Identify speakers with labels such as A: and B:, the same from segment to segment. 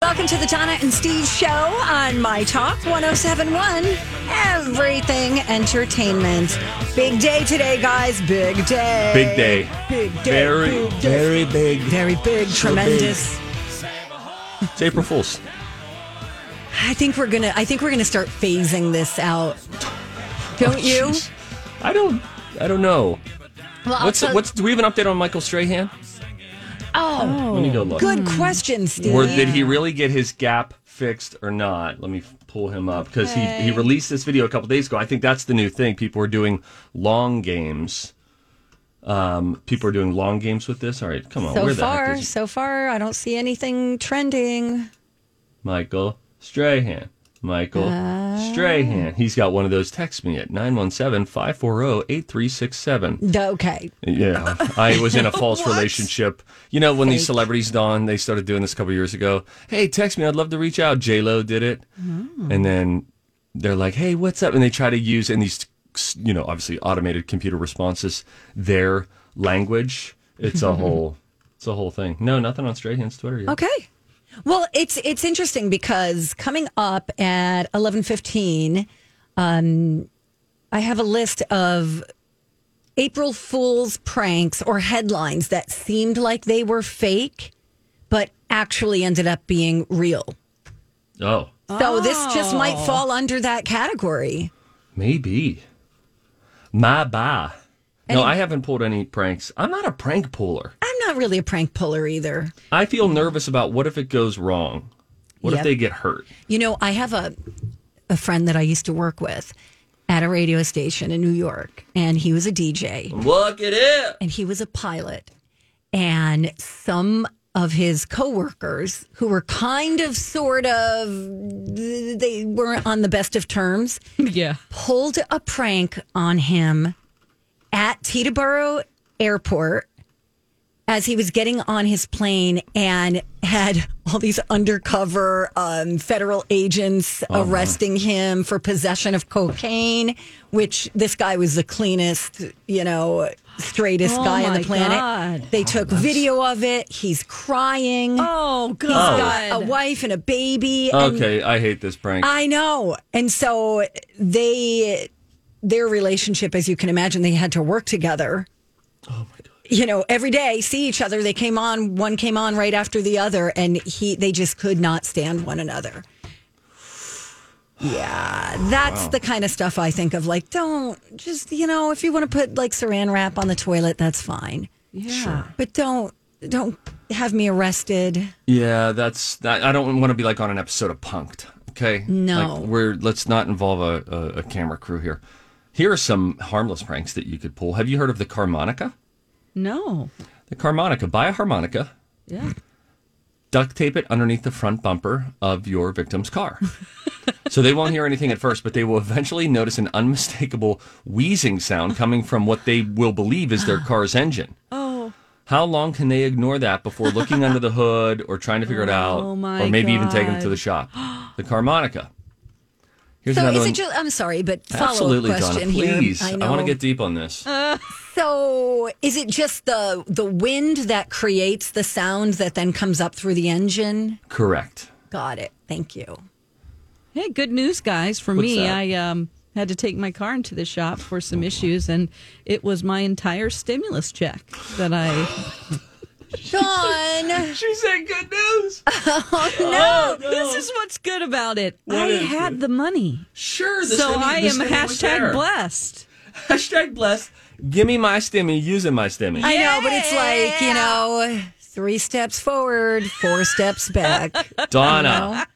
A: Welcome to the Donna and Steve show on My Talk 1071, Everything Entertainment. Big day today, guys. Big day.
B: Big day.
A: Big day.
B: Very,
A: big day.
C: Very big.
A: Very big. Tremendous.
B: It's April Fool's.
A: I think we're gonna I think we're gonna start phasing this out. Don't you?
B: Oh, Jeez. I don't. I don't know.
A: Well, I'll
B: What's
A: tell-
B: what's? Do we have an update on Michael Strahan?
A: oh,
B: Let me go look.
A: good question, Steve.
B: Or did he really get his gap fixed or not? Let me f- pull him up because he he released this video a couple days ago. I think that's the new thing. People are doing long games. Um, people are doing long games with this. All right, come on.
A: so
B: where the heck
A: far,
B: is
A: so far, I don't see anything trending.
B: Michael Strahan. Michael Strahan. He's got one of those. Text me at 917 540 8367.
A: D- Okay.
B: Yeah, I was in a false relationship. You know, when these celebrities dawn, they started doing this a couple years ago. Hey, text me. I'd love to reach out. J Lo did it, and then they're like, "Hey, what's up?" And they try to use in these, you know, obviously automated computer responses their language. It's a whole, it's a whole thing. No, nothing on Strahan's Twitter yet.
A: Okay. Well, it's it's interesting because coming up at eleven fifteen, um, I have a list of April Fool's pranks or headlines that seemed like they were fake, but actually ended up being real.
B: Oh,
A: So this just might fall under that category.
B: maybe. My bye. No, I haven't pulled any pranks. I'm not a prank puller.
A: I'm not really a prank puller either.
B: I feel nervous about what if it goes wrong. What
A: Yep.
B: if they get hurt?
A: You know, I have a a friend that I used to work with at a radio station in New York, and he was a DJ.
B: Look at it.
A: and he was a pilot. And some of his coworkers who were kind of sort of they weren't on the best of terms
D: Yeah.
A: pulled a prank on him at Teterboro Airport as he was getting on his plane and had all these undercover um, federal agents
D: Oh,
A: arresting him for possession of cocaine, which this guy was the cleanest, you know, straightest
D: Oh,
A: guy on the
D: my
A: planet.
D: God.
A: They took video of it. He's crying.
D: Oh,
A: He's
D: God. Oh,
A: got a wife and a baby. and
B: Okay, I hate this prank.
A: I know. And so they their relationship as you can imagine they had to work together.
D: Oh,
A: You know, every day see each other. They came on, one came on right after the other and he they just could not stand one another. Yeah, that's the kind of stuff I think of like don't just, you know, if you want to put like saran wrap on the toilet, that's fine.
D: Yeah.
A: But don't don't have me arrested.
B: yeah, that's. That, I don't want to be like on an episode of Punked. Okay.
A: No.
B: Like, we're let's not involve a, a, a camera crew here. Here are some harmless pranks that you could pull. Have you heard of the harmonica?
D: No.
B: The harmonica. Buy a harmonica.
D: Yeah.
B: Duct tape it underneath the front bumper of your victim's car. so they won't hear anything at first, but they will eventually notice an unmistakable wheezing sound coming from what they will believe is their car's engine.
D: Oh.
B: How long can they ignore that before looking under the hood or trying to figure it out?
D: Oh, my
B: or maybe even take them to
D: God.
B: the shop. The harmonica. Here's
A: So
B: another
A: is
B: one.
A: it just I'm sorry, but follow up
B: Absolutely,
A: question
B: Donna.
A: here.
B: Please. I,
A: know.
B: want to get deep on this.
D: Uh,
A: So, is it just the the wind that creates the sound that then comes up through the engine?
B: Correct.
A: Got it. Thank you.
D: Hey, good news, guys. For
B: What's
D: me,
B: that? Oh,
D: I um, had to take my car into the shop for some issues, and it was my entire stimulus check that I
A: Dawn.
B: She said good news.
D: No, this is what's good about it. I
B: is
D: had the money,
B: Sure. The
D: so
B: stimmy-
D: I
B: the
D: am
B: stimmy was there.
D: hashtag blessed.
B: Hashtag blessed. Give me my stimmy using my stimmy.
A: I know, but it's like, you know, three steps forward, four steps back.
B: Donna.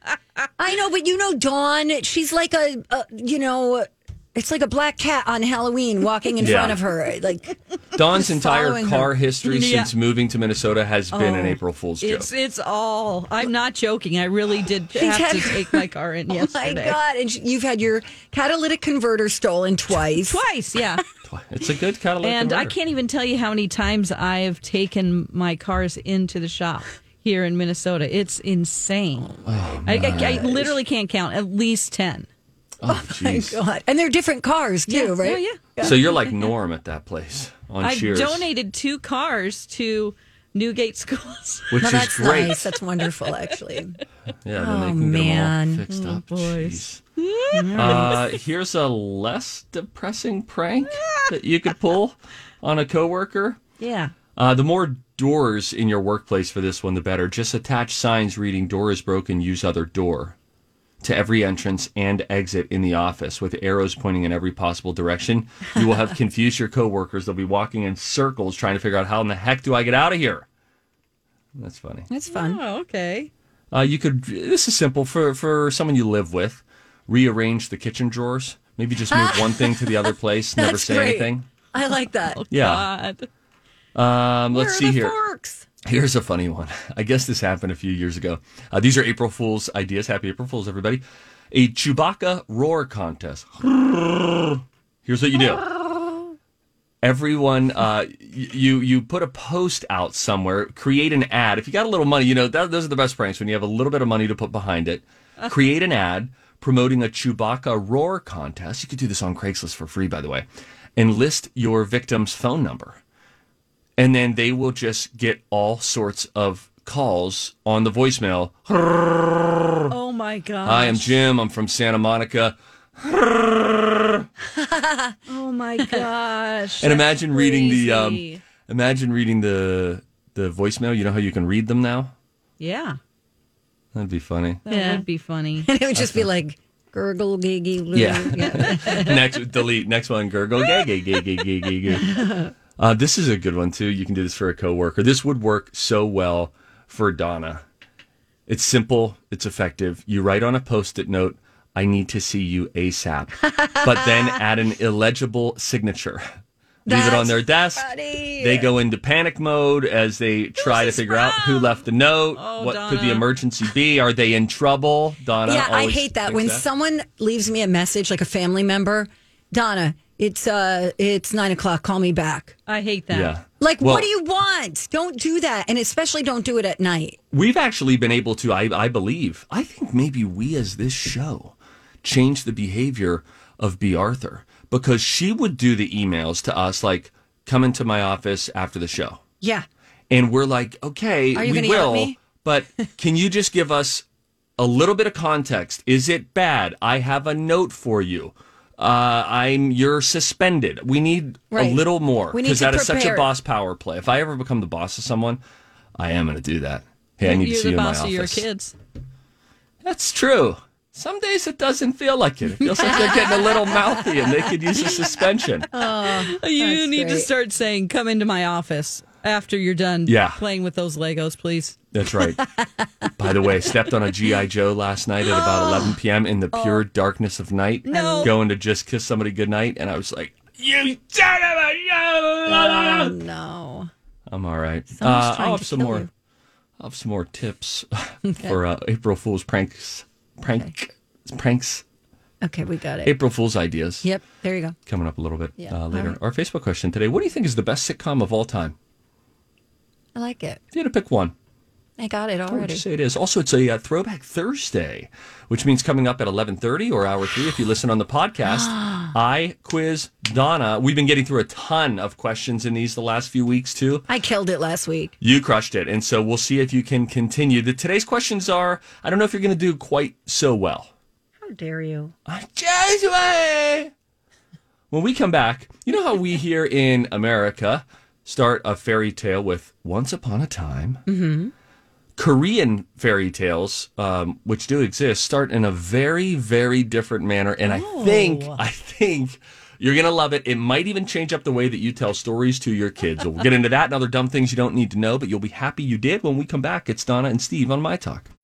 A: I know, but you know, Dawn, she's like a, a you know, it's like a black cat on Halloween walking in
B: Yeah.
A: front of her. Like,
B: Dawn's entire
A: following her.
B: car history
D: Yeah.
B: since moving to Minnesota has been an April Fool's joke.
D: It's it's all. I'm not joking. I really did have
A: had-
D: to take my car in yesterday.
A: oh my God. And sh- you've had your catalytic converter stolen twice.
D: Twice, yeah.
B: It's a good catalytic.
D: and I
B: converter.
D: can't even tell you how many times I've taken my cars into the shop here in Minnesota. It's insane. I, I, I literally can't count. At least ten.
B: Oh, jeez.
A: God. And they're different cars, too, right?
D: Yeah, yeah.
B: So you're like Norm at that place on
D: I've
B: Cheers,
D: donated two cars to Newgate Schools.
B: which
A: Well,
B: is
A: that's
B: great.
A: nice. That's wonderful, actually.
B: Yeah, then they
A: Oh,
B: can
A: man.
B: get them all fixed up. Jeez. uh, here's a less depressing prank that you could pull on a coworker.
D: Yeah.
B: Uh, the more doors in your workplace for this one, the better. Just attach signs reading "Door is broken, use other door." To every entrance and exit in the office, with arrows pointing in every possible direction, you will have confused your coworkers. They'll be walking in circles trying to figure out how in the heck do I get out of here. That's funny.
A: That's fun.
D: Oh, okay.
B: Uh, you could. This is simple for for someone you live with. Rearrange the kitchen drawers. Maybe just move one thing to the other place. Never
A: That's
B: say
A: great.
B: anything.
A: I like that.
B: Yeah.
D: God.
B: Um, let's see here.
A: Forks.
B: Here's a funny one. I guess this happened a few years ago. Uh, these are April Fools' ideas. Happy April Fools, everybody. A Chewbacca roar contest. Here's what you do. Everyone, uh, y- you you put a post out somewhere. Create an ad. If you got a little money, you know that, those are the best pranks when you have a little bit of money to put behind it. Create an ad promoting a Chewbacca roar contest. You could do this on Craigslist for free, by the way, and list your victim's phone number and then they will just get all sorts of calls on the voicemail.
D: Oh my God.
B: Hi, I'm Jim. I'm from Santa Monica.
D: Oh my gosh.
B: and imagine reading the um,
D: crazy.
B: imagine reading the the voicemail. You know how you can read them now?
D: yeah.
B: That'd be funny.
D: That would be funny.
A: And it would just be like gurgle, giggy, loo.
B: Yeah. Next, delete. Next one, gurgle. Gay, gay, gay, gay, gay, gay, gay. Uh, this is a good one too. You can do this for a coworker. This would work so well for Donna. It's simple. It's effective. You write on a post-it note, "I need to see you ASAP," but then add an illegible signature. Leave it
A: That's
B: on their desk.
A: funny.
B: They go into panic mode as they try to figure out who left the note.
A: Oh,
B: what could the emergency be? Are they in trouble, Donna?
A: Yeah, I
B: always
A: hate that
B: thinks
A: when someone leaves me a message, like a family member, Donna. It's uh, it's nine o'clock. Call me back.
D: I hate that.
B: Yeah.
A: Like,
B: Well-
A: what do you want? Don't do that, and especially don't do it at night.
B: We've actually been able to, I, I believe, I think maybe we as this show change the behavior of B. Arthur because she would do the emails to us like, come into my office after the show.
A: Yeah,
B: And we're like, okay,
A: Are you
B: we
A: gonna yell at
B: will,
A: me?
B: but can you just give us a little bit of context? Is it bad? I have a note for you. Uh, I'm you're suspended. We need a
A: Right.
B: little more
A: We need
B: because
A: to
B: that is such a
A: prepare.
B: boss power play. If I ever become the boss of someone, I am going to do that. Hey, I need
D: You're
B: to see
D: the
B: you in my
D: boss of your
B: office.
D: kids.
B: That's true. Some days it doesn't feel like it. It feels like they're getting a little mouthy and they could use a suspension.
D: You
A: That's
D: need to
A: great.
D: start saying, "Come into my office after you're done
B: Yeah.
D: playing with those Legos, please."
B: That's right. By the way, stepped on a GI Joe last night at about 11 p.m. in
A: Oh.
B: the pure darkness of night,
D: No.
B: going to just kiss somebody goodnight, and I was like, "You son of a!"
D: Oh no!
B: I'm all right.
A: Someone's
B: Uh,
A: trying
B: I'll
A: to
B: have some
A: kill
B: more.
A: you.
B: I'll have some more tips for uh, April Fool's pranks, prank, pranks,
A: Okay, we got it.
B: April Fool's ideas.
A: Yep, there you go.
B: Coming up a little bit
A: Yeah.
B: uh,
A: All
B: later.
A: right.
B: Our Facebook question today: What do you think is the best sitcom of all time?
A: I like it.
B: If you had to pick one.
A: I got it
B: I would
A: already.
B: say it is. Also, it's a uh, Throwback Thursday, which means coming up at 11.30 or hour three if you listen on the podcast, I quiz Donna. We've been getting through a ton of questions in these the last few weeks, too.
A: I killed it last week.
B: You crushed it. And so we'll see if you can continue. The, today's questions are, I don't know if you're going to do quite so well.
A: How dare you?
B: Just wait. When we come back, you know how we here in America start a fairy tale with Once Upon a Time. Korean fairy tales, um, which do exist, start in a very, very different manner. And I think, I think you're going to love it. It might even change up the way that you tell stories to your kids. we'll get into that and other dumb things you don't need to know, but you'll be happy you did when we come back. It's Donna and Steve on My Talk.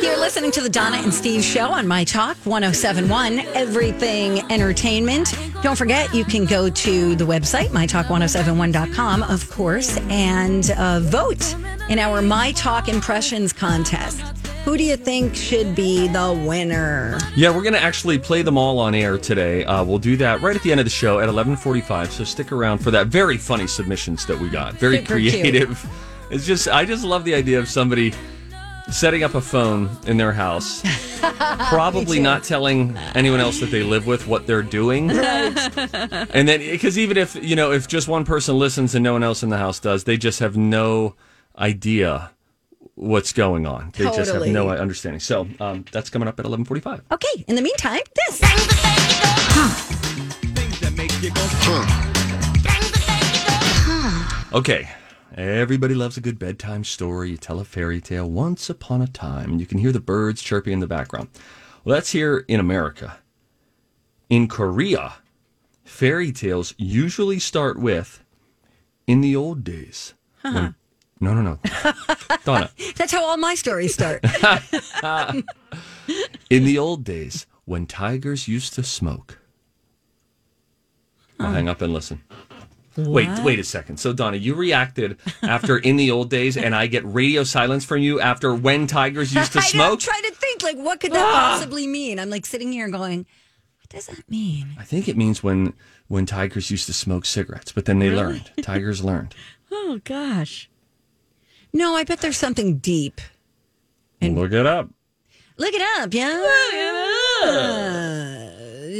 A: You're listening to the Donna and Steve show on My Talk 1071, Everything Entertainment. Don't forget, you can go to the website, mytalk1071.com, of course, and uh, vote in our My Talk Impressions contest. Who do you think should be the winner?
B: Yeah, we're going to actually play them all on air today. Uh, we'll do that right at the end of the show at 11:45. So stick around for that. Very funny submissions that we got. Very
A: Super cute.
B: creative. It's just I just love the idea of somebody setting up a phone in their house, probably not telling anyone else that they live with what they're doing. and then because even if you know if just one person listens and no one else in the house does, they just have no idea what's going on. They just have
A: Totally.
B: no understanding. So um, that's coming up at 11:45.
A: Okay, in the meantime, this.
B: Okay. Everybody loves a good bedtime story. You tell a fairy tale once upon a time, and you can hear the birds chirping in the background. Well, that's here in America. In Korea, fairy tales usually start with in the old days. when-" no, no, no. Donna,
A: That's how all my stories start.
B: in the old days when tigers used to smoke. I'll hang up and listen. Wait, wait a second. So, Donna, you reacted after in the old days, and I get radio silence from you after when tigers used to
A: I know, I'm
B: smoke.
A: trying to think, like, what could that possibly mean? I'm like sitting here going, what does that mean?
B: I think it means when when tigers used to smoke cigarettes, but then they learned. Tigers learned.
D: Oh gosh.
A: No, I bet there's something deep.
B: Look it up.
A: Look it up, yeah. Uh,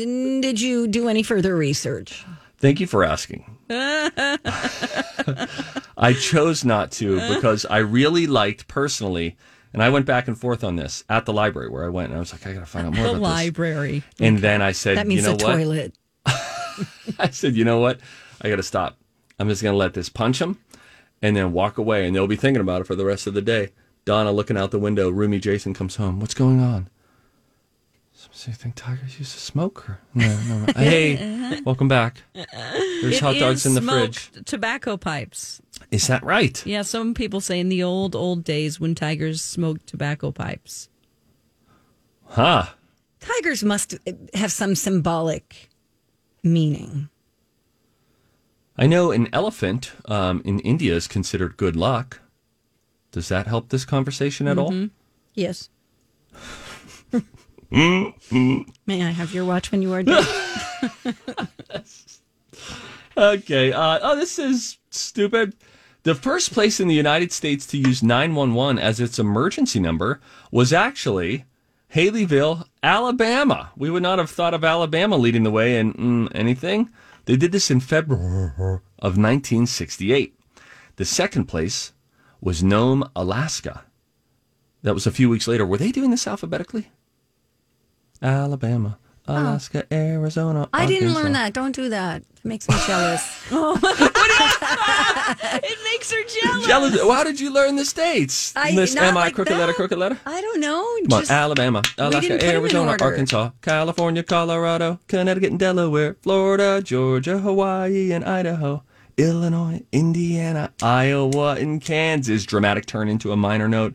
A: Did you do any further research?
B: Thank you for asking. I chose not to because I really liked personally, and I went back and forth on this at the library where I went, and I was like, I got to find out more
D: The
B: about this.
D: library.
B: And then I said,
A: That means
B: you know
A: the
B: what?
A: toilet.
B: I said, you know what? I got to stop. I'm just going to let this punch them and then walk away. And they'll be thinking about it for the rest of the day. Donna looking out the window. Roomy Jason comes home. What's going on? So you think tigers used to smoke? Or? No, no, no. hey, welcome back. There's hot
D: Uh-huh. It
B: dogs
D: is
B: in the
D: smoked
B: fridge.
D: Tobacco pipes.
B: Is that right?
D: Yeah, some people say in the old old days when tigers smoked tobacco pipes.
B: Huh.
A: Tigers must have some symbolic meaning.
B: I know an elephant um, in India is considered good luck. Does that help this conversation
D: Mm-hmm.
B: at all?
A: Yes. May I have your watch when you are done?
B: Okay. Uh, oh, this is stupid. The first place in the United States to use 911 as its emergency number was actually Haleyville, Alabama. We would not have thought of Alabama leading the way in mm, anything. They did this in February of 1968. The second place was Nome, Alaska. That was a few weeks later. Were they doing this alphabetically? Alabama. Alaska, Arizona.
A: Oh. I didn't learn
B: Arkansas.
A: that. Don't do that. It makes me jealous.
D: It makes her jealous.
B: Jealous. Well, how did you learn the states?
A: I-
B: Miss
A: not
B: Am I
A: like
B: crooked
A: that.
B: letter, crooked letter?
A: I don't know.
B: Come on,
A: Just-
B: Alabama,
A: didn't
B: Alaska,
A: put 'em in
B: Arizona,
A: order.
B: Arkansas, California, Colorado, Connecticut, and Delaware, Florida, Georgia, Hawaii, and Idaho, Illinois, Indiana, Iowa, and Kansas. Dramatic turn into a minor note.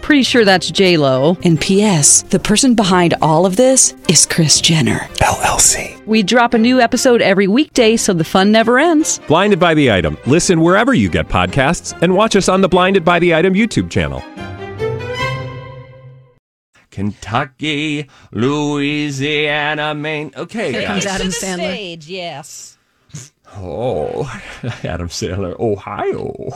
D: Pretty sure that's J Lo.
E: And P.S. The person behind all of this is Chris Jenner.
F: LLC.
D: We drop a new episode every weekday, so the fun never ends.
F: Blinded by the Item. Listen wherever you get podcasts and watch us on the Blinded by the Item YouTube channel.
B: Kentucky, Louisiana, Maine. Okay,
A: Here comes
B: guys.
A: Adam Sandler.
D: stage, yes.
B: Oh, Adam Sandler, Ohio.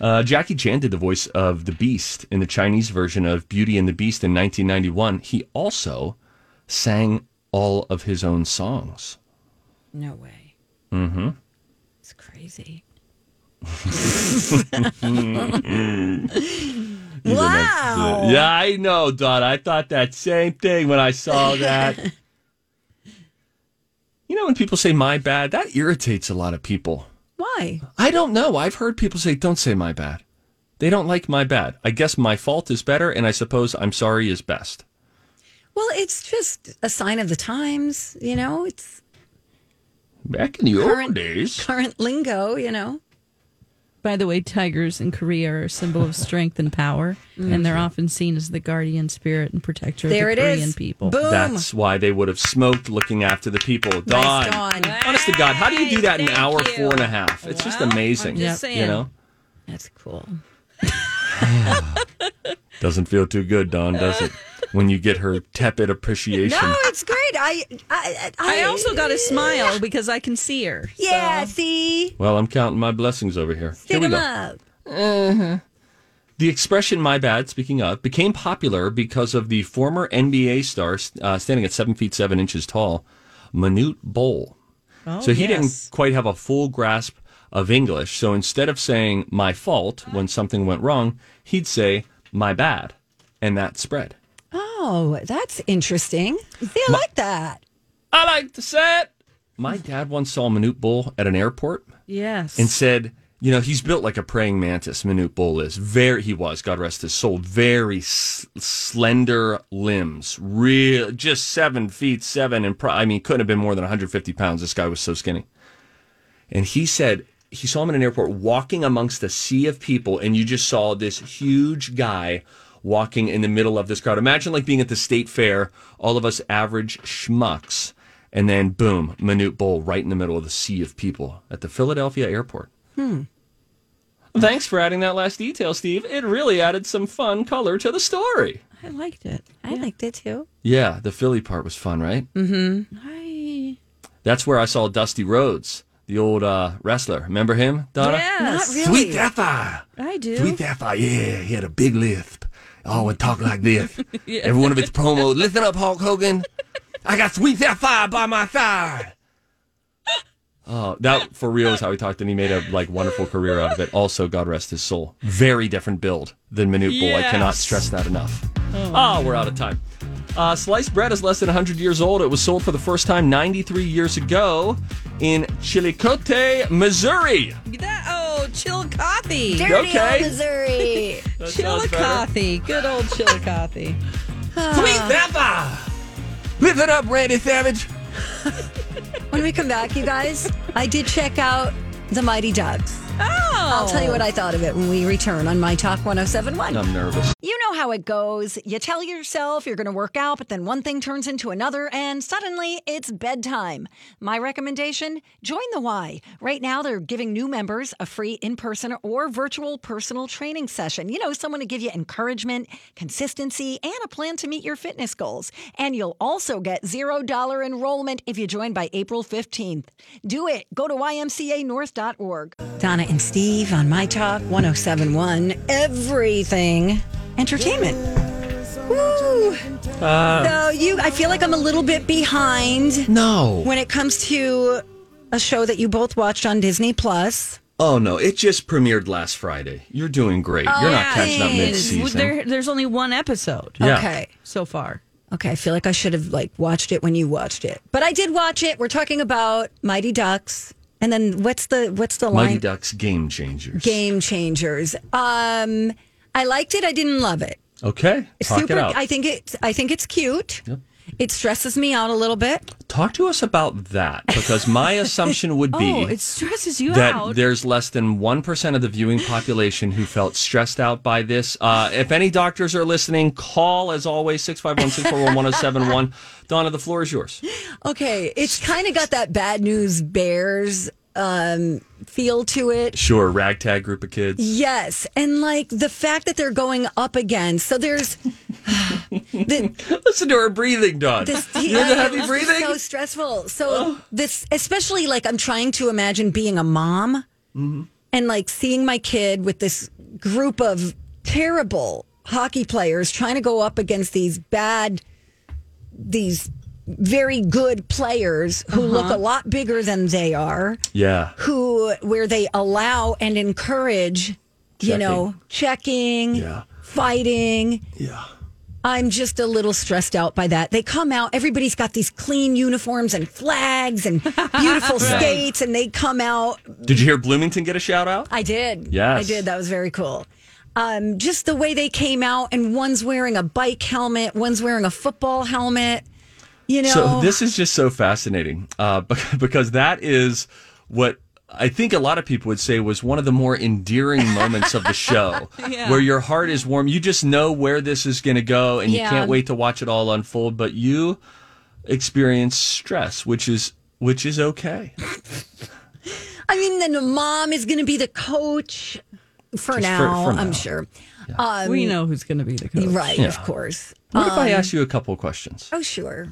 B: uh, Jackie Chan did the voice of the Beast in the Chinese version of Beauty and the Beast in 1991. He also sang all of his own songs.
A: No way. Mm-hmm. It's crazy. wow.
B: Yeah, I know, Don. I thought that same thing when I saw that. you know, when people say my bad, that irritates a lot of people.
A: Why?
B: I don't know. I've heard people say, don't say my bad. They don't like my bad. I guess my fault is better, and I suppose I'm sorry is best.
A: Well, it's just a sign of the times, you know. It's
B: Back in the
A: Current-
B: old days.
A: current lingo, you know.
D: By the way, tigers in Korea are a symbol of strength and power, and they're often seen as the guardian spirit and protector
A: There
D: of
A: it
D: the Korean
A: is.
D: people.
A: Boom.
B: That's why they would have smoked looking after the people. Dawn.
A: Nice, Dawn.
B: Honest to God, how do you do that in an
D: Thank
B: hour,
D: you.
B: four and a half? It's just
D: Well,
B: amazing.
D: I'm just
B: You
D: saying.
B: know?
A: That's cool.
B: Doesn't feel too good, Dawn, does it? When you get her tepid appreciation.
A: No, it's great. I I,
D: I also got a smile because I can see her.
A: Yeah, see,
B: Well, I'm counting my blessings over here. Here
A: stick
B: we
A: them
B: go.
A: up.
B: The expression "my bad," speaking of, became popular because of the former NBA star, uh, standing at seven feet seven inches tall, Manute Bol. so he didn't quite have a full grasp of English. So instead of saying "my fault" when something went wrong, he'd say "my bad," and that spread.
A: Oh, that's interesting. See, I like that.
B: I like the set. My dad once saw Manute Bol at an airport.
D: Yes.
B: and said, you know, he's built like a praying mantis. Manute Bol is very, he was, God rest his soul, very s- slender limbs, real, just seven feet seven, and pro- I mean, couldn't have been more than 150 pounds. This guy was so skinny. And he said he saw him in an airport walking amongst a sea of people, and you just saw this huge guy walking in the middle of this crowd. Imagine like being at the state fair, all of us average schmucks, and then boom, Manute Bowl right in the middle of the sea of people at the Philadelphia airport. Hmm. Thanks for adding that last detail, Steve. It really added some fun color to the story.
D: I liked it.
A: I liked it too.
B: Yeah, the Philly part was fun, right?
D: I
B: That's where I saw Dusty Rhodes, the old uh, wrestler. Remember him, Donna?
D: yes,
A: Not really.
B: Sapphire.
D: I do.
B: Sweet Sapphire, yeah, he had a big lisp. Oh, would talk like this. Every one of his promos. Listen up, Hulk Hogan. I got Sweet Sapphire by my side. Oh, that for real is how he talked, and he made a like wonderful career out of it. Also, God rest his soul. Very different build than Minute Boy. I cannot stress that enough. Oh, we're out of time. Uh, sliced bread is less than 100 years old. It was sold for the first time 93 years ago in Chillicothe, Missouri.
D: That, oh, Chillicothe.
A: Dirty old
B: Okay.
A: Missouri.
B: That sounds better.
D: Chillicothe. Good old Chillicothe.
B: Sweet Zappa! Live it up, Randy Savage!
A: when we come back, you guys, I did check out the Mighty Ducks.
D: oh.
A: I'll tell you what I thought of it when we return on My Talk 1071.
B: I'm nervous.
A: You you know how it goes. You tell yourself you're going to work out, but then one thing turns into another, and suddenly it's bedtime. My recommendation join the Y. Right now, they're giving new members a free in person or virtual personal training session. You know, someone to give you encouragement, consistency, and a plan to meet your fitness goals. And you'll also get $0 enrollment if you join by April 15th. Do it. Go to ymcanorth.org. Donna and Steve on My Talk 1071. Everything entertainment. Woo!
B: Uh.
A: so you, I feel like I'm a little bit behind
B: No.
A: when it comes to a show that you both watched on Disney Plus.
B: Oh no, it just premiered last Friday. You're doing great. You're not catching up mid
D: Well,
B: season.
D: There, there's only one episode
B: Yeah.
A: Okay.
D: so far.
A: Okay, I feel like I should have like watched it when you watched it, but I did watch it. We're talking about Mighty Ducks, and then what's the what's the
B: Mighty
A: line?
B: Ducks Game Changers.
A: Game changers. Um, I liked it. I didn't love it.
B: Okay. Talk
A: Super.
B: it out.
A: I think it's I think it's cute. It stresses me out a little bit.
B: Talk to us about that because my assumption would be
D: Oh, it stresses you
B: that
D: out.
B: there's less than 1% of the viewing population who felt stressed out by this. Uh, if any doctors are listening, call as always 651 641 1071. Donna, the floor is yours.
A: Okay, it's kind of got that bad news bears um, feel to it.
B: Sure, ragtag group of kids.
A: Yes, and like the fact that they're going up against. So there's the,
B: Listen to her breathing, Don.
A: this.
B: you know the heavy
A: it's
B: breathing?
A: So stressful. So this, especially like I'm trying to imagine being a mom
B: Mm-hmm.
A: and like seeing my kid with this group of terrible hockey players trying to go up against these bad, these very good players who
B: Uh-huh.
A: look a lot bigger than they are
B: yeah.
A: who where they allow and encourage you
B: Checking.
A: know checking
B: Yeah.
A: fighting
B: Yeah.
A: i'm just a little stressed out by that they come out everybody's got these clean uniforms and flags and beautiful skates and they come out
B: Did you hear Bloomington get a shout out?
A: i did
B: Yes.
A: i did that was very cool um, just the way they came out and one's wearing a bike helmet one's wearing a football helmet you know
B: So this is just so fascinating uh, bec- because that is what I think a lot of people would say was one of the more endearing moments of the show, where your heart is warm. You just know where this is going to go, and you
A: Yeah.
B: can't wait to watch it all unfold. But you experience stress, which is which is okay
A: I mean, then the mom is going to be the coach for,
B: Just for-
A: now,
B: for now.
A: I'm sure. Um,
D: we know who's going to be the coach.
A: Right, of course.
B: what if
A: Hmm.
B: i ask you a couple questions
A: Oh, sure.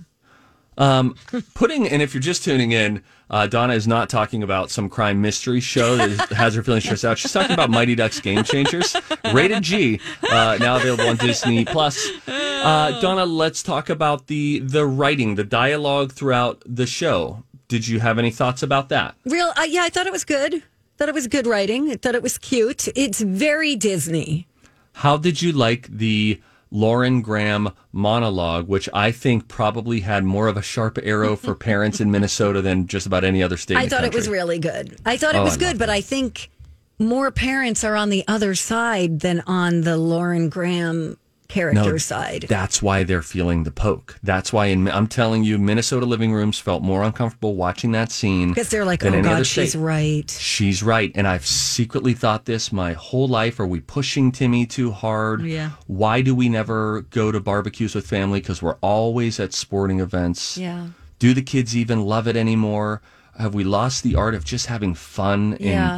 B: putting and if you're just tuning in uh, donna is not talking about some crime mystery show that is- has her feeling stressed out she's talking about mighty ducks game changers rated g uh, now available on disney plus uh, donna let's talk about the the writing the dialogue throughout the show did you have any thoughts about that
A: Real, uh, yeah, I thought it was good. Thought it was good writing. I thought it was cute. It's very Disney.
B: how did you like the lauren graham monologue which i think probably had more of a sharp arrow for parents in minnesota than just about any other state in
A: I
B: the
A: thought it was
B: country?
A: really good. I thought it
B: Oh,
A: was
B: I
A: good,
B: love
A: but I think more parents are on the other side than on the Lauren Graham character side.
B: That's why they're feeling the poke. That's why in, I'm telling you, Minnesota living rooms felt more uncomfortable watching that scene
A: because they're like,
B: than
A: oh
B: any other
A: God, she's
B: state.
A: right.
B: She's right, and I've secretly thought this my whole life. Are we pushing Timmy too hard?
D: Yeah.
B: Why do we never go to barbecues with family? Because we're always at sporting events.
A: Yeah.
B: Do the kids even love it anymore? Have we lost the art of just having fun?
A: Yeah.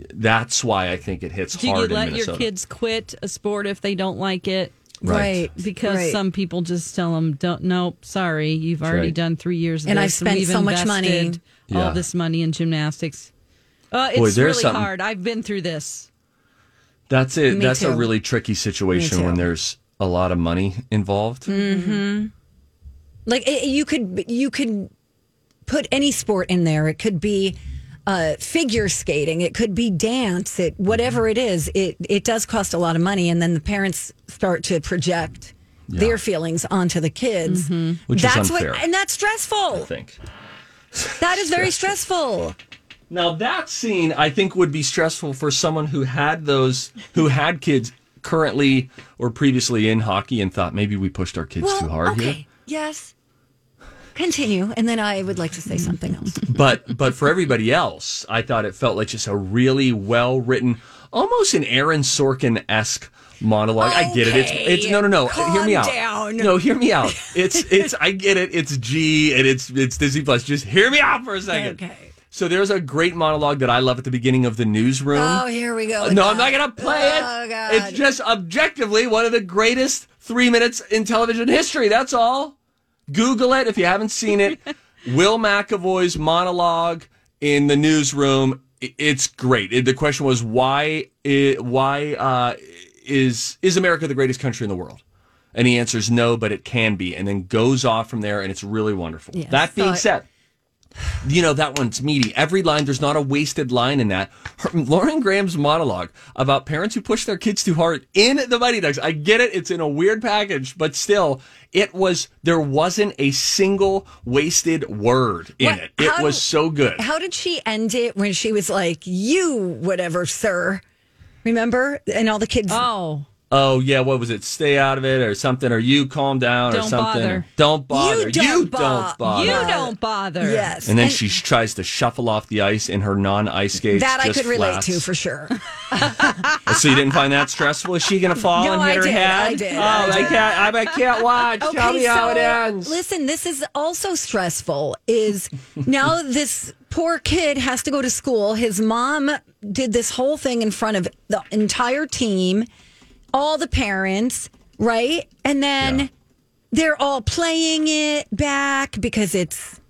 B: And that's why I think it hits
D: Do you
B: hard in
D: let
B: Minnesota.
D: your kids quit a sport if they don't like it?
B: Right.
D: Because
A: right.
D: some people just tell them, "Don't, nope, sorry, you've already
B: right.
D: done three years, of
A: And I've
D: this,
A: spent
D: we've
A: so much money."
D: invested
B: Yeah.
D: all this money in gymnastics." Uh, it's
B: Boy, there's
D: really
B: something-
D: hard. I've been through this.
B: That's it.
A: Me
B: That's a
A: too.
B: really tricky situation
A: Me
B: when
A: too. Mm.
B: there's a lot of money involved.
A: like it, you could you could put any sport in there it could be uh, figure skating it could be dance it whatever it is it it does cost a lot of money and then the parents start to project their feelings onto the kids
B: Mm-hmm. Which is
A: that's
B: unfair.
A: what and that's
B: I
A: stressful
B: think.
A: that is very stressful
B: Now that scene I think would be stressful for someone who had those who had kids currently or previously in hockey and thought maybe we pushed our kids too hard
A: okay
B: here.
A: yes continue and then i would like to say something else
B: But but for everybody else, I thought it felt like just a really well written, almost an Aaron Sorkin esque monologue. I get it. It's it's no no no.
A: Okay,
B: hear me
A: calm
B: out.
A: down.
B: No, hear me out. It's it's I get it. It's G and it's it's Disney Plus. Just hear me out for a second.
A: Okay.
B: So there's a great monologue that I love at the beginning of the newsroom.
A: Oh, here we go.
B: No, I'm not going to play it.
A: Oh, God.
B: It's just objectively one of the greatest three minutes in television history. That's all. Google it if you haven't seen it. Will McAvoy's monologue in the newsroom. I- It's great. It- The question was why? i- Why uh, is is America the greatest country in the world? And he answers no, but it can be, and then goes off from there, and it's really wonderful. that being
A: thought-
B: said, you know that one's meaty. Every line, there's not a wasted line in that. Her, Lauren Graham's monologue about parents who push their kids too hard in the Mighty Ducks. I get it; it's in a weird package, but still, it was there wasn't a single wasted word in
A: What-
B: it. It
A: how-
B: was so good.
A: How did she end it when she was like, "You whatever, sir"? Remember? And all the kids.
D: Oh,
B: oh yeah, what was it? Stay out of it, or something, or you calm down, or
D: Don't
B: something.
D: bother.
B: or Don't bother.
A: don't bo-
B: don't bother.
D: you
A: Uh,
D: don't bother.
A: yes.
B: and then she sh- tries to shuffle off the ice in her non-ice skates.
A: that I
B: just
A: could relate
B: flats. Oh,
A: to for sure.
B: So you didn't find that stressful? Is she going to fall
A: No,
B: and hit
A: I
B: her
A: did,
B: head?
A: I did,
B: Oh,
A: I
B: I can't. I, I can't watch. Tell me how it ends.
A: Listen, this is also stressful. Is now this poor kid has to go to school. His mom did this whole thing in front of the entire team, all the parents, right? And then they're all playing it back because it's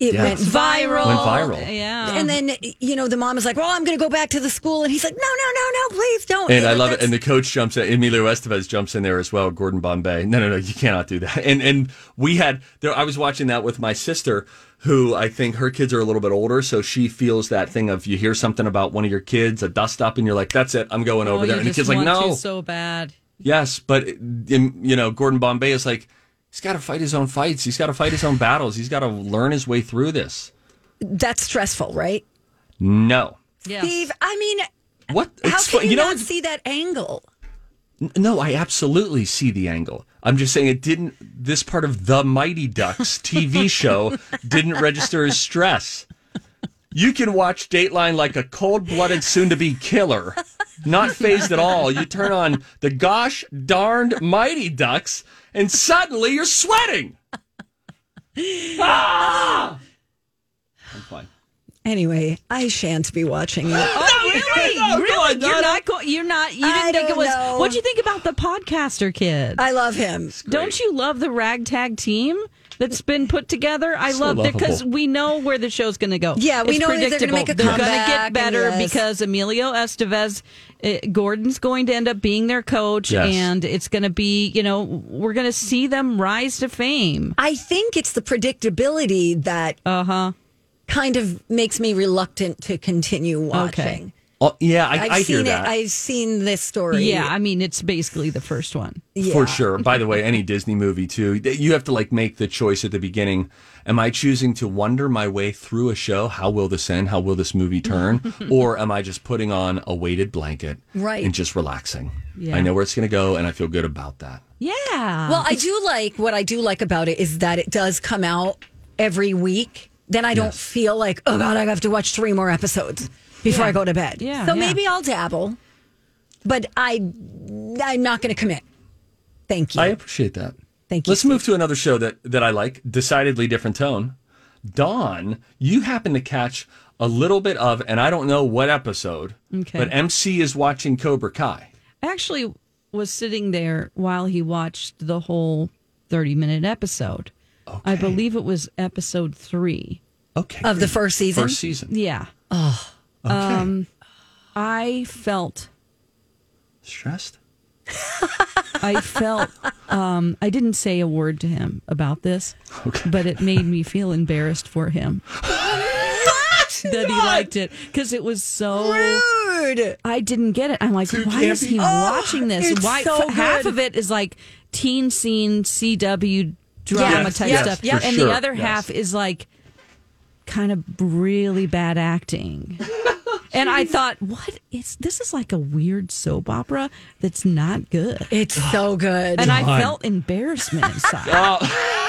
A: it
B: Yeah.
A: went viral.
B: Went viral.
D: Yeah.
A: And then you know the mom is like, "Well, I'm going to go back to the school," and he's like, "No, no, no, no, please don't."
B: And I love it.
A: That's-
B: And the coach jumps in. Emilio Estevez jumps in there as well. Gordon Bombay. No, no, no. You cannot do that. And and we had there. I was watching that with my sister, who I think her kids are a little bit older, so she feels that thing of you hear something about one of your kids, a dust up, and you're like, "That's it. I'm going
D: Oh,
B: over there."
D: you
B: And the kid's
D: just
B: like,
D: want
B: "No."
D: to so bad.
B: Yes, but um, you know, Gordon Bombay is like, he's got to fight his own fights. He's got to fight his own battles. He's got to learn his way through this.
A: that's stressful, right?
B: No.
D: Yeah.
A: Steve, I mean,
B: What?
A: how
B: It's
A: can
B: fu-
A: you,
B: know,
A: not
B: it's-
A: see that angle?
B: no, I absolutely see the angle. I'm just saying it didn't. This part of the Mighty Ducks TV show didn't register as stress. You can watch Dateline like a cold-blooded, soon-to-be killer, not phased at all. You turn on the gosh darned Mighty Ducks, and suddenly you're sweating. Ah! I'm fine.
A: Anyway, I shan't be watching it.
D: Oh, really?
B: no, come
D: really?
B: on,
D: you're
B: Donna.
D: not. Go- you're not. You didn't
A: I
D: think
A: don't
D: it was.
A: know.
D: What do you think about the podcaster kid?
A: I love him.
D: Don't you love the ragtag team that's been put together? I love it because
B: lovable.
D: we know where the show's going to go.
A: Yeah, we
D: It's
A: know they're gonna
D: predictable.
A: make a
D: They're gonna
A: comeback
D: get
A: and
D: better
A: yes.
D: because Emilio Estevez, uh, Gordon's going to end up being their coach,
B: Yes.
D: and it's going to be you know we're going to see them rise to fame.
A: I think it's the predictability that
D: Uh huh.
A: kind of makes me reluctant to continue watching.
B: Oh, yeah, I,
A: I've
B: I
A: seen
B: hear
A: it.
B: that.
A: I've seen this story.
D: Yeah, I mean it's basically the first one.
B: For sure. By the way, any Disney movie too, that you have to like make the choice at the beginning. Am I choosing to wonder my way through a show? How will this end? How will this movie turn? or am I just putting on a weighted blanket
A: Right.
B: and just relaxing?
D: Yeah.
B: I know where it's going to go and I feel good about that.
D: Yeah.
A: Well, I do like what I do like about it is that it does come out every week. Then I don't feel like, oh God, I have to watch three more episodes before I go to bed.
D: Yeah,
A: So
D: yeah.
A: maybe I'll dabble, but I, I'm not going to commit. Thank you.
B: I appreciate that.
A: Thank you,
B: Let's move to another show that, that I like, decidedly different tone. Dawn, you happen to catch a little bit of, and I don't know what episode,
D: Okay.
B: but MC is watching Cobra Kai.
D: I actually was sitting there while he watched the whole 30 minute episode. I believe it was episode three.
B: Okay.
A: of um, the
B: great.
A: first season.
B: First season.
D: Yeah.
B: Okay.
D: I felt,
B: Stressed?
D: I felt, um, I didn't say a word to him about this, but it made me feel embarrassed for him that he liked it because it was so.
A: Dude,
D: I didn't get it. I'm like, why is he watching this?
A: Oh, it's
D: why
A: so
D: f- half
A: good.
D: of it is like teen scene CW drama
A: Yes,
D: type
A: yes,
D: stuff,
B: yes. For
D: and
B: sure,
D: the other
B: yes.
D: half is like kind of really bad acting. and I thought, what is this? Is like a weird soap opera that's not good.
A: It's so good.
D: And I felt embarrassment inside.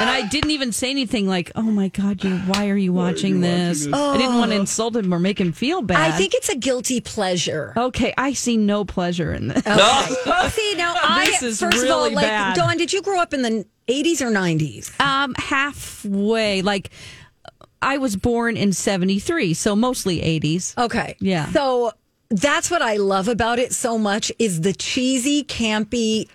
D: And I didn't even say anything like, "Oh my God, you! Oh. Why are you watching, this? Oh. I didn't want to insult him or make him feel
A: I
D: bad.
A: think it's a guilty pleasure.
D: Okay, I see no pleasure in this.
A: Oh. Okay. See, now I
D: This is
A: first of all,
D: really
A: like
D: bad.
A: Dawn, did you grow up in the eighties or nineties?
D: Um, halfway, like I was born in '73, so mostly '80s.
A: Okay.
D: Yeah.
A: So that's what I love about it so much is the cheesy, campy.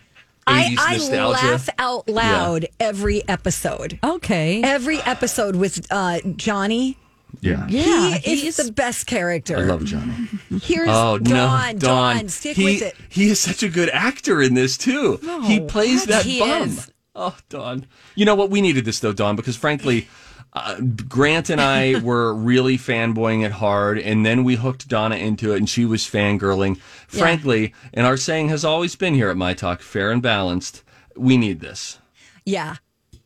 A: I,
B: 80s
A: I
B: nostalgia.
A: laugh out loud every episode.
D: Okay,
A: Every episode with uh, Johnny.
B: Yeah.
D: yeah,
A: he is the best character.
B: I love Johnny.
A: Here's
B: Oh
A: Dawn, Dawn.
B: no, Don!
A: Stick
B: he,
A: with it.
B: He is such a good actor in this too. he plays that
A: He
B: bum.
A: is.
B: Oh, Don! You know what? We needed this though, Don, because frankly, uh, Grant and I were really fanboying it hard, and then we hooked Donna into it, and she was fangirling. Frankly, and our saying has always been here at my talk: fair and balanced. We need this.
A: Yeah.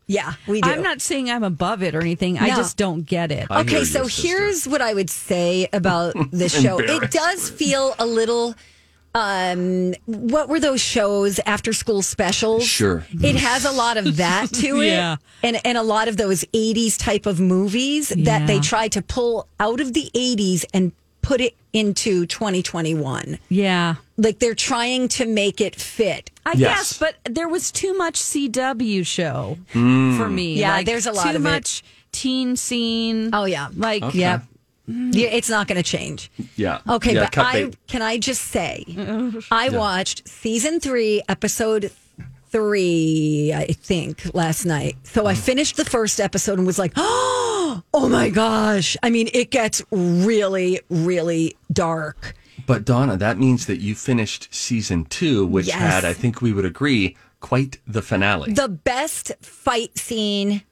A: Yeah, we do.
D: I'm not saying I'm above it or anything. I
A: No.
D: just don't get it.
B: I hear
A: Okay,
B: you,
A: so
B: sister.
A: here's what I would say about the show. It
B: Embarrassed.
A: does feel a little um what were those shows after school specials?
B: Sure.
A: It has a lot of that to it.
D: Yeah.
A: And and a lot of those 80s type of movies that they
D: Yeah.
A: try to pull out of the 80s and put it into 2021.
D: Yeah,
A: Like they're trying to make it fit.
D: I
B: Yes.
D: guess, but there was too much CW show
B: Hmm.
D: for me.
A: Yeah,
D: Like,
A: there's a lot
D: too
A: of it.
D: much teen scene.
A: Oh, yeah.
D: like
A: Yep. Yeah, it's not going to change.
B: Yeah.
A: Okay,
B: Yeah,
A: but I
B: cupcake.
A: can I just say I watched season three, episode three, I think, last night. So
B: Mm.
A: I finished the first episode and was like, oh, oh my gosh. I mean, it gets really, really dark.
B: But Donna, that means that you finished season two, which
A: Yes.
B: had, I think we would agree, quite the finale.
A: The best fight scene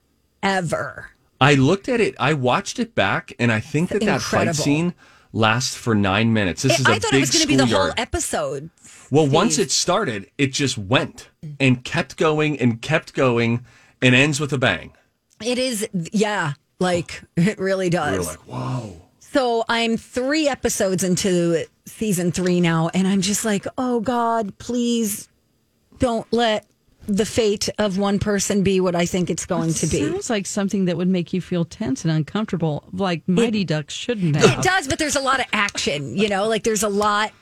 A: ever.
B: I looked at it. I watched it back, and I think that that fight
A: Incredible.
B: scene lasts for nine minutes. This is a
A: I thought
B: big
A: it was going to be the whole
B: schoolyard.
A: episode.
B: Well, once it started, it just went and kept going and kept going, and ends with a bang.
A: It is, yeah, like it really does.
B: You're like, whoa.
A: So I'm three episodes into season three now, and I'm just like, oh God, please don't let the fate of one person be what I think it's going to be.
D: Sounds like something that would make you feel tense and uncomfortable, like Mighty Ducks shouldn't have.
A: It does, but there's a lot of action, you know, like there's a lot.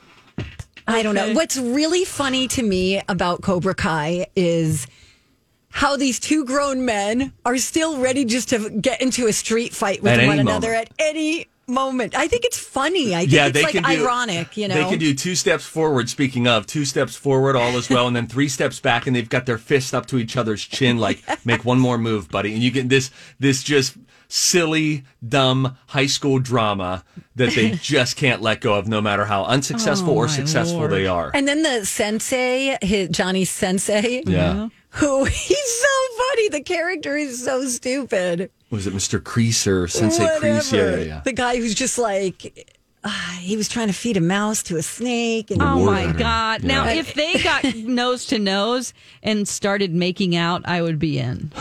A: I don't know. What's really funny to me about Cobra Kai is how these two grown men are still ready just to get into a street fight with
B: At
A: one
B: any
A: another
B: moment.
A: at any moment. I think it's funny. I think
B: Yeah,
A: it's
B: they
A: like
B: can do,
A: ironic, you know.
B: They can do two steps forward. Speaking of two steps forward, all is well, and then three steps back, and they've got their fist up to each other's chin, like make one more move, buddy. And you get this this just silly, dumb high school drama that they just can't let go of, no matter how unsuccessful or
D: Oh, my
B: successful
D: Lord.
B: they are.
A: And then the sensei, his, Johnny Sensei,
B: yeah.
A: who he's so funny. The character is so stupid.
B: Was it Mr. Crease or Sensei Crease? Yeah,
A: Whatever.
B: yeah, yeah.
A: The guy who's just like, ah, he was trying to feed a mouse to a snake. And
D: Oh
B: War
D: my
B: veteran.
D: God. Now,
B: Yeah.
D: if they got nose to nose and started making out, I would be in.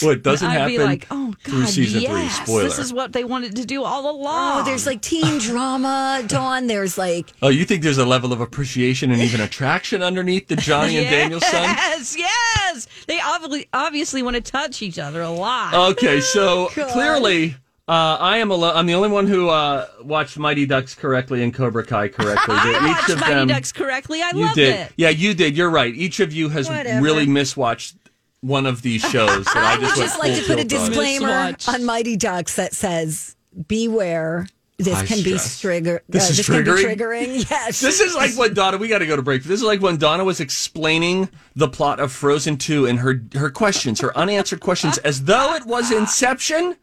B: Well, it doesn't
D: I'd
B: happen
D: be like, oh
B: through
D: God,
B: season
D: yes,
B: three. Spoiler.
D: this is what they wanted to do all along.
A: oh, there's like teen drama, Dawn. There's like,
B: oh, you think there's a level of appreciation and even attraction underneath the Johnny and Daniel son?
D: Yes, yes. They obviously obviously want to touch each other a lot.
B: Okay, so clearly, uh, I am alone. I'm the only one who uh, watched Mighty Ducks correctly and Cobra Kai correctly. They-
D: I watched Mighty Ducks correctly. I
B: you
D: love
B: did,
D: it.
B: yeah, you did. You're right. Each of you has really miswatched one of these shows. That I,
A: I would
B: just,
A: just
B: went
A: like to
B: full
A: put a
B: tilt on.
A: disclaimer
D: Miswatched.
A: on Mighty Ducks that says, beware. This
B: High
A: can be
B: stress.
A: trigger.
B: This is
A: this can be
B: triggering?
A: triggering. Yes.
B: This is like when Donna. We got to go to break. This is like when Donna was explaining the plot of Frozen Two and her her questions, her unanswered questions, as though it was Inception,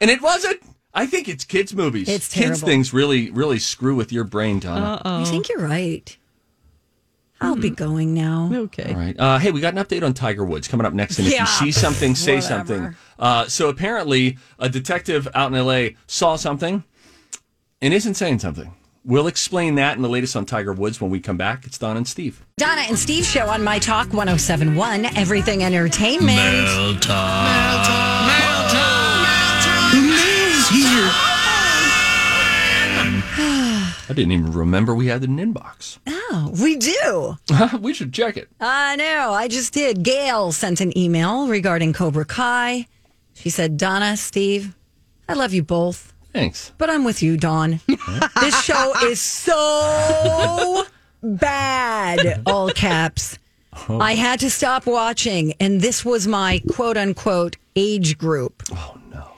B: and it wasn't. I think it's kids' movies.
A: It's
B: kids'
A: terrible.
B: things really really screw with your brain, Donna.
A: I think you're right. I'll be
B: Hmm.
A: going now.
D: Okay.
B: All right. Uh, hey, we got an update on Tiger Woods coming up next. And if
A: Yeah,
B: you see something, say
A: whatever.
B: something. Uh, so apparently, a detective out in LA saw something and isn't saying something. We'll explain that in the latest on Tiger Woods when we come back. It's Don and Steve.
A: Donna and Steve show on My Talk 1071, Everything Entertainment.
B: I didn't even remember we had an inbox.
A: Oh, we do.
B: we should check it.
A: I know. I just did. Gail sent an email regarding Cobra Kai. She said, Donna, Steve, I love you both,
B: Thanks.
A: but I'm with you, Dawn. this show is so bad, all caps.
B: Oh.
A: I had to stop watching, and this was my quote unquote age group.
B: Oh no.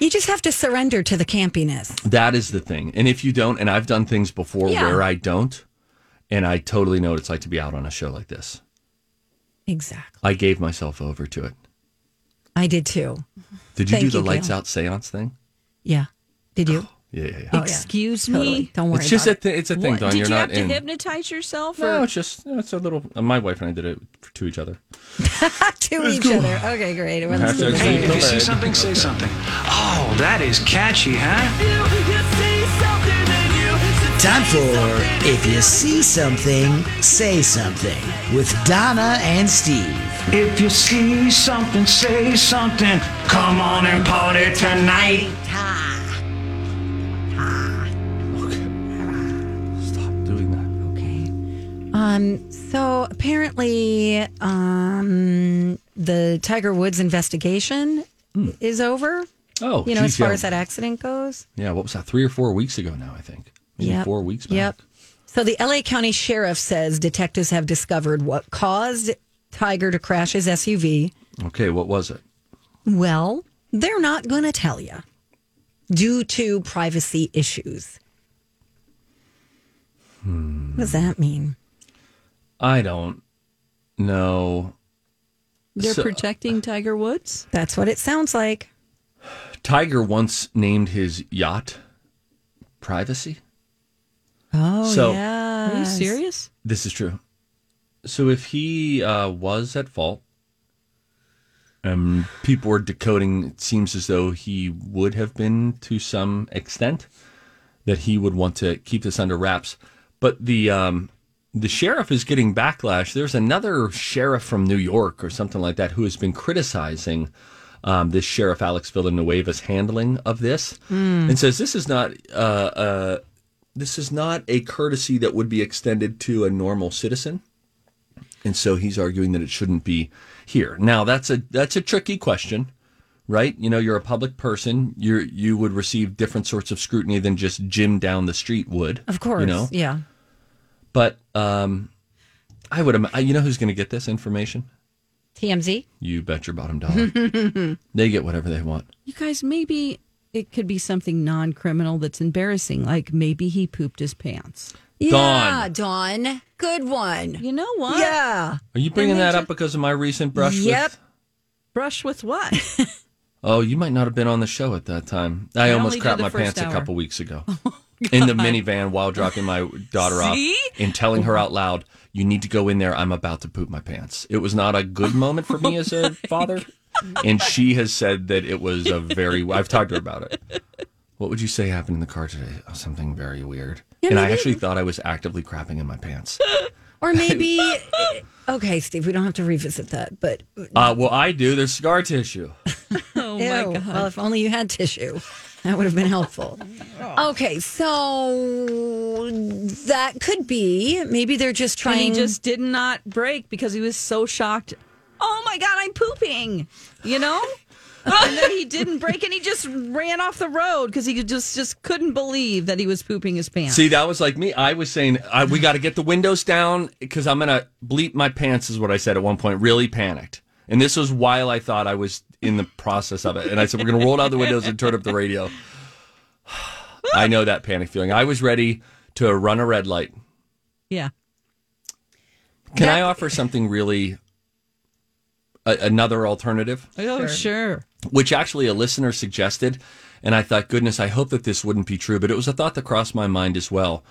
A: You just have to surrender to the campiness.
B: That is the thing. And if you don't, and I've done things before
A: Yeah.
B: where I don't, and I totally know what it's like to be out on a show like this.
A: Exactly.
B: I gave myself over to it.
A: I did too.
B: Did you
A: Thank
B: do the
A: you,
B: lights
A: Gail.
B: out seance thing?
A: Yeah. Did you?
B: Yeah, yeah, yeah.
A: Oh, yeah.
D: Excuse
A: Totally.
D: me.
A: Don't worry.
B: it's just
A: about
B: a th- it's a thing,
D: What?
B: Don.
D: Did
B: You're
D: you
B: not
D: have to
B: in.
D: hypnotize yourself?
B: no,
D: Or?
B: it's just you know, it's a little. uh, My wife and I did it f- to each other.
A: it. to each other. Okay, great. Well,
B: That's
A: this is
B: actually
A: great.
B: cool.
G: If you see something, say something. Oh, that is catchy, huh?
H: Time for If You See Something, Say Something with Donna and Steve.
G: If you see something, say something. Come on and party tonight.
B: Stop doing that.
A: Um, so apparently, um, the Tiger Woods investigation is over.
B: Oh,
A: You know,
B: geez,
A: as far
B: yeah.
A: as that accident goes.
B: Yeah, what was that? Three or four weeks ago now, I think. Maybe
A: Yep.
B: four weeks back.
A: Yep. So the LA County Sheriff says detectives have discovered what caused Tiger to crash his SUV.
B: Okay, what was it?
A: Well, they're not going to tell you due to privacy issues. What does that mean?
B: I don't know.
D: They're
B: So-
D: protecting Tiger Woods?
A: That's what it sounds like.
B: Tiger once named his yacht Privacy.
A: Oh,
B: So-
A: yeah.
D: Are you serious?
B: This is true. So if he uh, was at fault, um, people were decoding. It seems as though he would have been to some extent that he would want to keep this under wraps. But the um, the sheriff is getting backlash. There's another sheriff from New York or something like that who has been criticizing um, this sheriff Alex Villanueva's handling of this and says this is not uh, uh, this is not a courtesy that would be extended to a normal citizen. And so he's arguing that it shouldn't be here. Now that's a that's a tricky question, right? You know, you're a public person. You are you would receive different sorts of scrutiny than just Jim down the street would.
A: Of course.
B: You know?
A: Yeah.
B: But um I would ima- you know who's going to get this information?
A: TMZ?
B: You bet your bottom dollar. they get whatever they want.
D: You guys, maybe it could be something non criminal that's embarrassing, like maybe he pooped his pants.
A: Yeah, Dawn. Good one.
D: You know what?
A: Yeah.
B: Are you bringing that up because of my recent brush
A: Yep.
B: with
D: Brush with what?
B: Oh, you might not have been on the show at that time. I,
D: I
B: almost
D: only did
B: crapped
D: the
B: my
D: first
B: pants a
D: hour. Oh
B: couple weeks ago in the minivan while dropping my daughter off
D: See?
B: and telling her out loud, "You need to go in there. I'm about to poop my pants." It was not a good moment for me
D: Oh
B: as a father, and she has said that it was a very. I've talked to her about it. What would you say happened in the car today? Oh, something very weird. and I actually thought I was actively crapping in my pants.
A: Or maybe, okay, Steve, we don't have to revisit that, but
B: Uh, well, I do. There's scar tissue.
D: Oh
A: Ew.
D: my God.
A: Well, if only you had tissue, that would have been helpful. Okay, so that could be. Maybe they're just
D: And he
A: trying.
D: just did not break because he was so shocked. Oh my God, I'm pooping. You know? and then he didn't break and he just ran off the road because he just just couldn't believe that he was pooping his pants.
B: See, that was like me. I was saying I, we got to get the windows down because I'm gonna bleep my pants. Is what I said at one point. Really panicked, and this was while I thought I was in the process of it. And I said we're gonna roll down the windows and turn up the radio. I know that panic feeling. I was ready to run a red light.
D: Yeah.
B: Can I offer something really? A, another alternative,
D: Oh, sure.
B: which actually a listener suggested, and I thought, goodness, I hope that this wouldn't be true, but it was a thought that crossed my mind as well.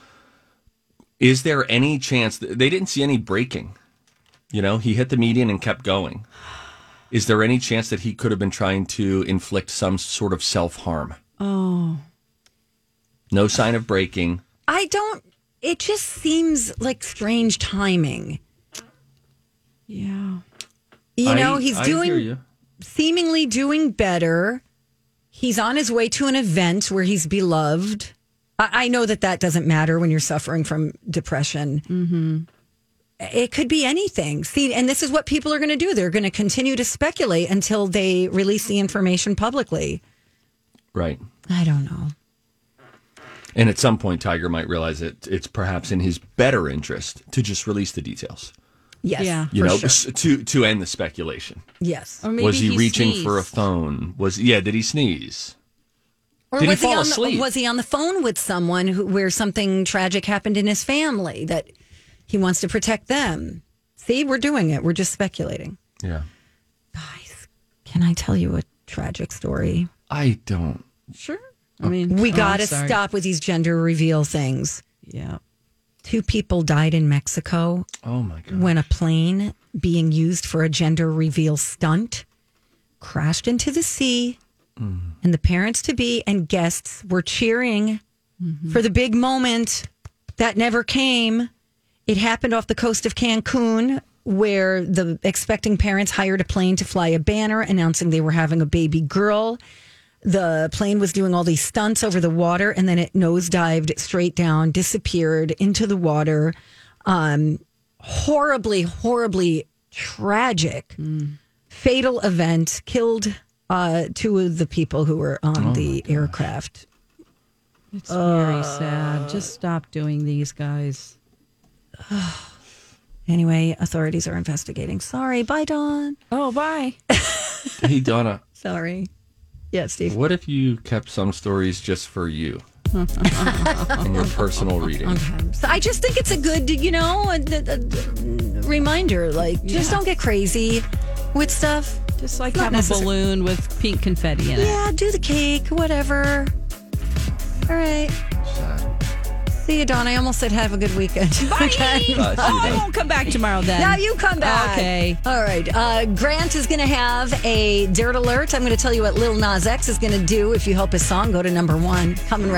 B: is there any chance that they didn't see any breaking? You know, he hit the median and kept going. Is there any chance that he could have been trying to inflict some sort of self harm? Oh. No sign of breaking.
A: I don't. It just seems like strange timing.
D: Yeah.
A: You know,
B: I-
A: he's
B: I
A: doing
B: hear you.
A: seemingly doing better. He's on his way to an event where he's beloved. I, I know that that doesn't matter when you're suffering from depression. Mm-hmm. It could be anything. See, and this is what people are going to do. They're going to continue to speculate until they release the information publicly.
B: Right.
A: I don't know.
B: And at some point, Tiger might realize that it's perhaps in his better interest to just release the details.
A: Yes.
D: Yeah.
B: You
D: For
B: know,
D: sure.
B: s- to to end the speculation.
A: Yes.
D: Or maybe
B: was he, reaching
D: sneezed.
B: for a phone? Was yeah? Did he sneeze?
A: Or
B: Did he
A: was
B: fall
A: on
B: asleep?
A: The, was he on the phone with someone who, where something tragic happened in his family that he wants to protect them? See, we're doing it. We're just speculating.
B: Yeah.
A: Guys, can I tell you a tragic story?
B: I don't.
D: Sure. I mean,
A: We
D: oh,
A: got to
D: I'm sorry.
A: stop with these gender reveal things.
D: Yeah.
A: Two people died in Mexico
B: Oh my god.
A: when a plane being used for a gender reveal stunt crashed into the sea,
D: Mm.
A: and the parents to be and guests were cheering
D: Mm-hmm.
A: for the big moment that never came. It happened off the coast of Cancun, where the expecting parents hired a plane to fly a banner announcing they were having a baby girl. The plane was doing all these stunts over the water, and then it nosedived straight down, disappeared into the water. Um, horribly, horribly tragic, fatal event killed uh, two of the people who were on the aircraft.
D: It's very
B: Uh,
D: sad. Just stop doing these guys.
A: Anyway, authorities are investigating. Sorry. Bye, Dawn.
D: Oh, bye.
B: Hey Donna,
A: Sorry. Yeah, Steve.
B: what if you kept some stories just for you? in your personal reading.
A: So I just think it's a good, you know, a, a- a reminder. Like, just don't get crazy with stuff.
D: Just like
A: Not
D: have
A: necessar-
D: a balloon with pink confetti in it.
A: Yeah, do the cake, whatever. All right. See you, Dawn. I almost said have a good weekend. Bye.
B: Bye, see you
D: Oh, I
B: then.
D: won't come back tomorrow then.
A: Now you come back.
D: Okay.
A: All right. Uh, Grant is going to have a dirt alert. I'm going to tell you what Lil Nas X is going to do if you help his song go to number one. Coming right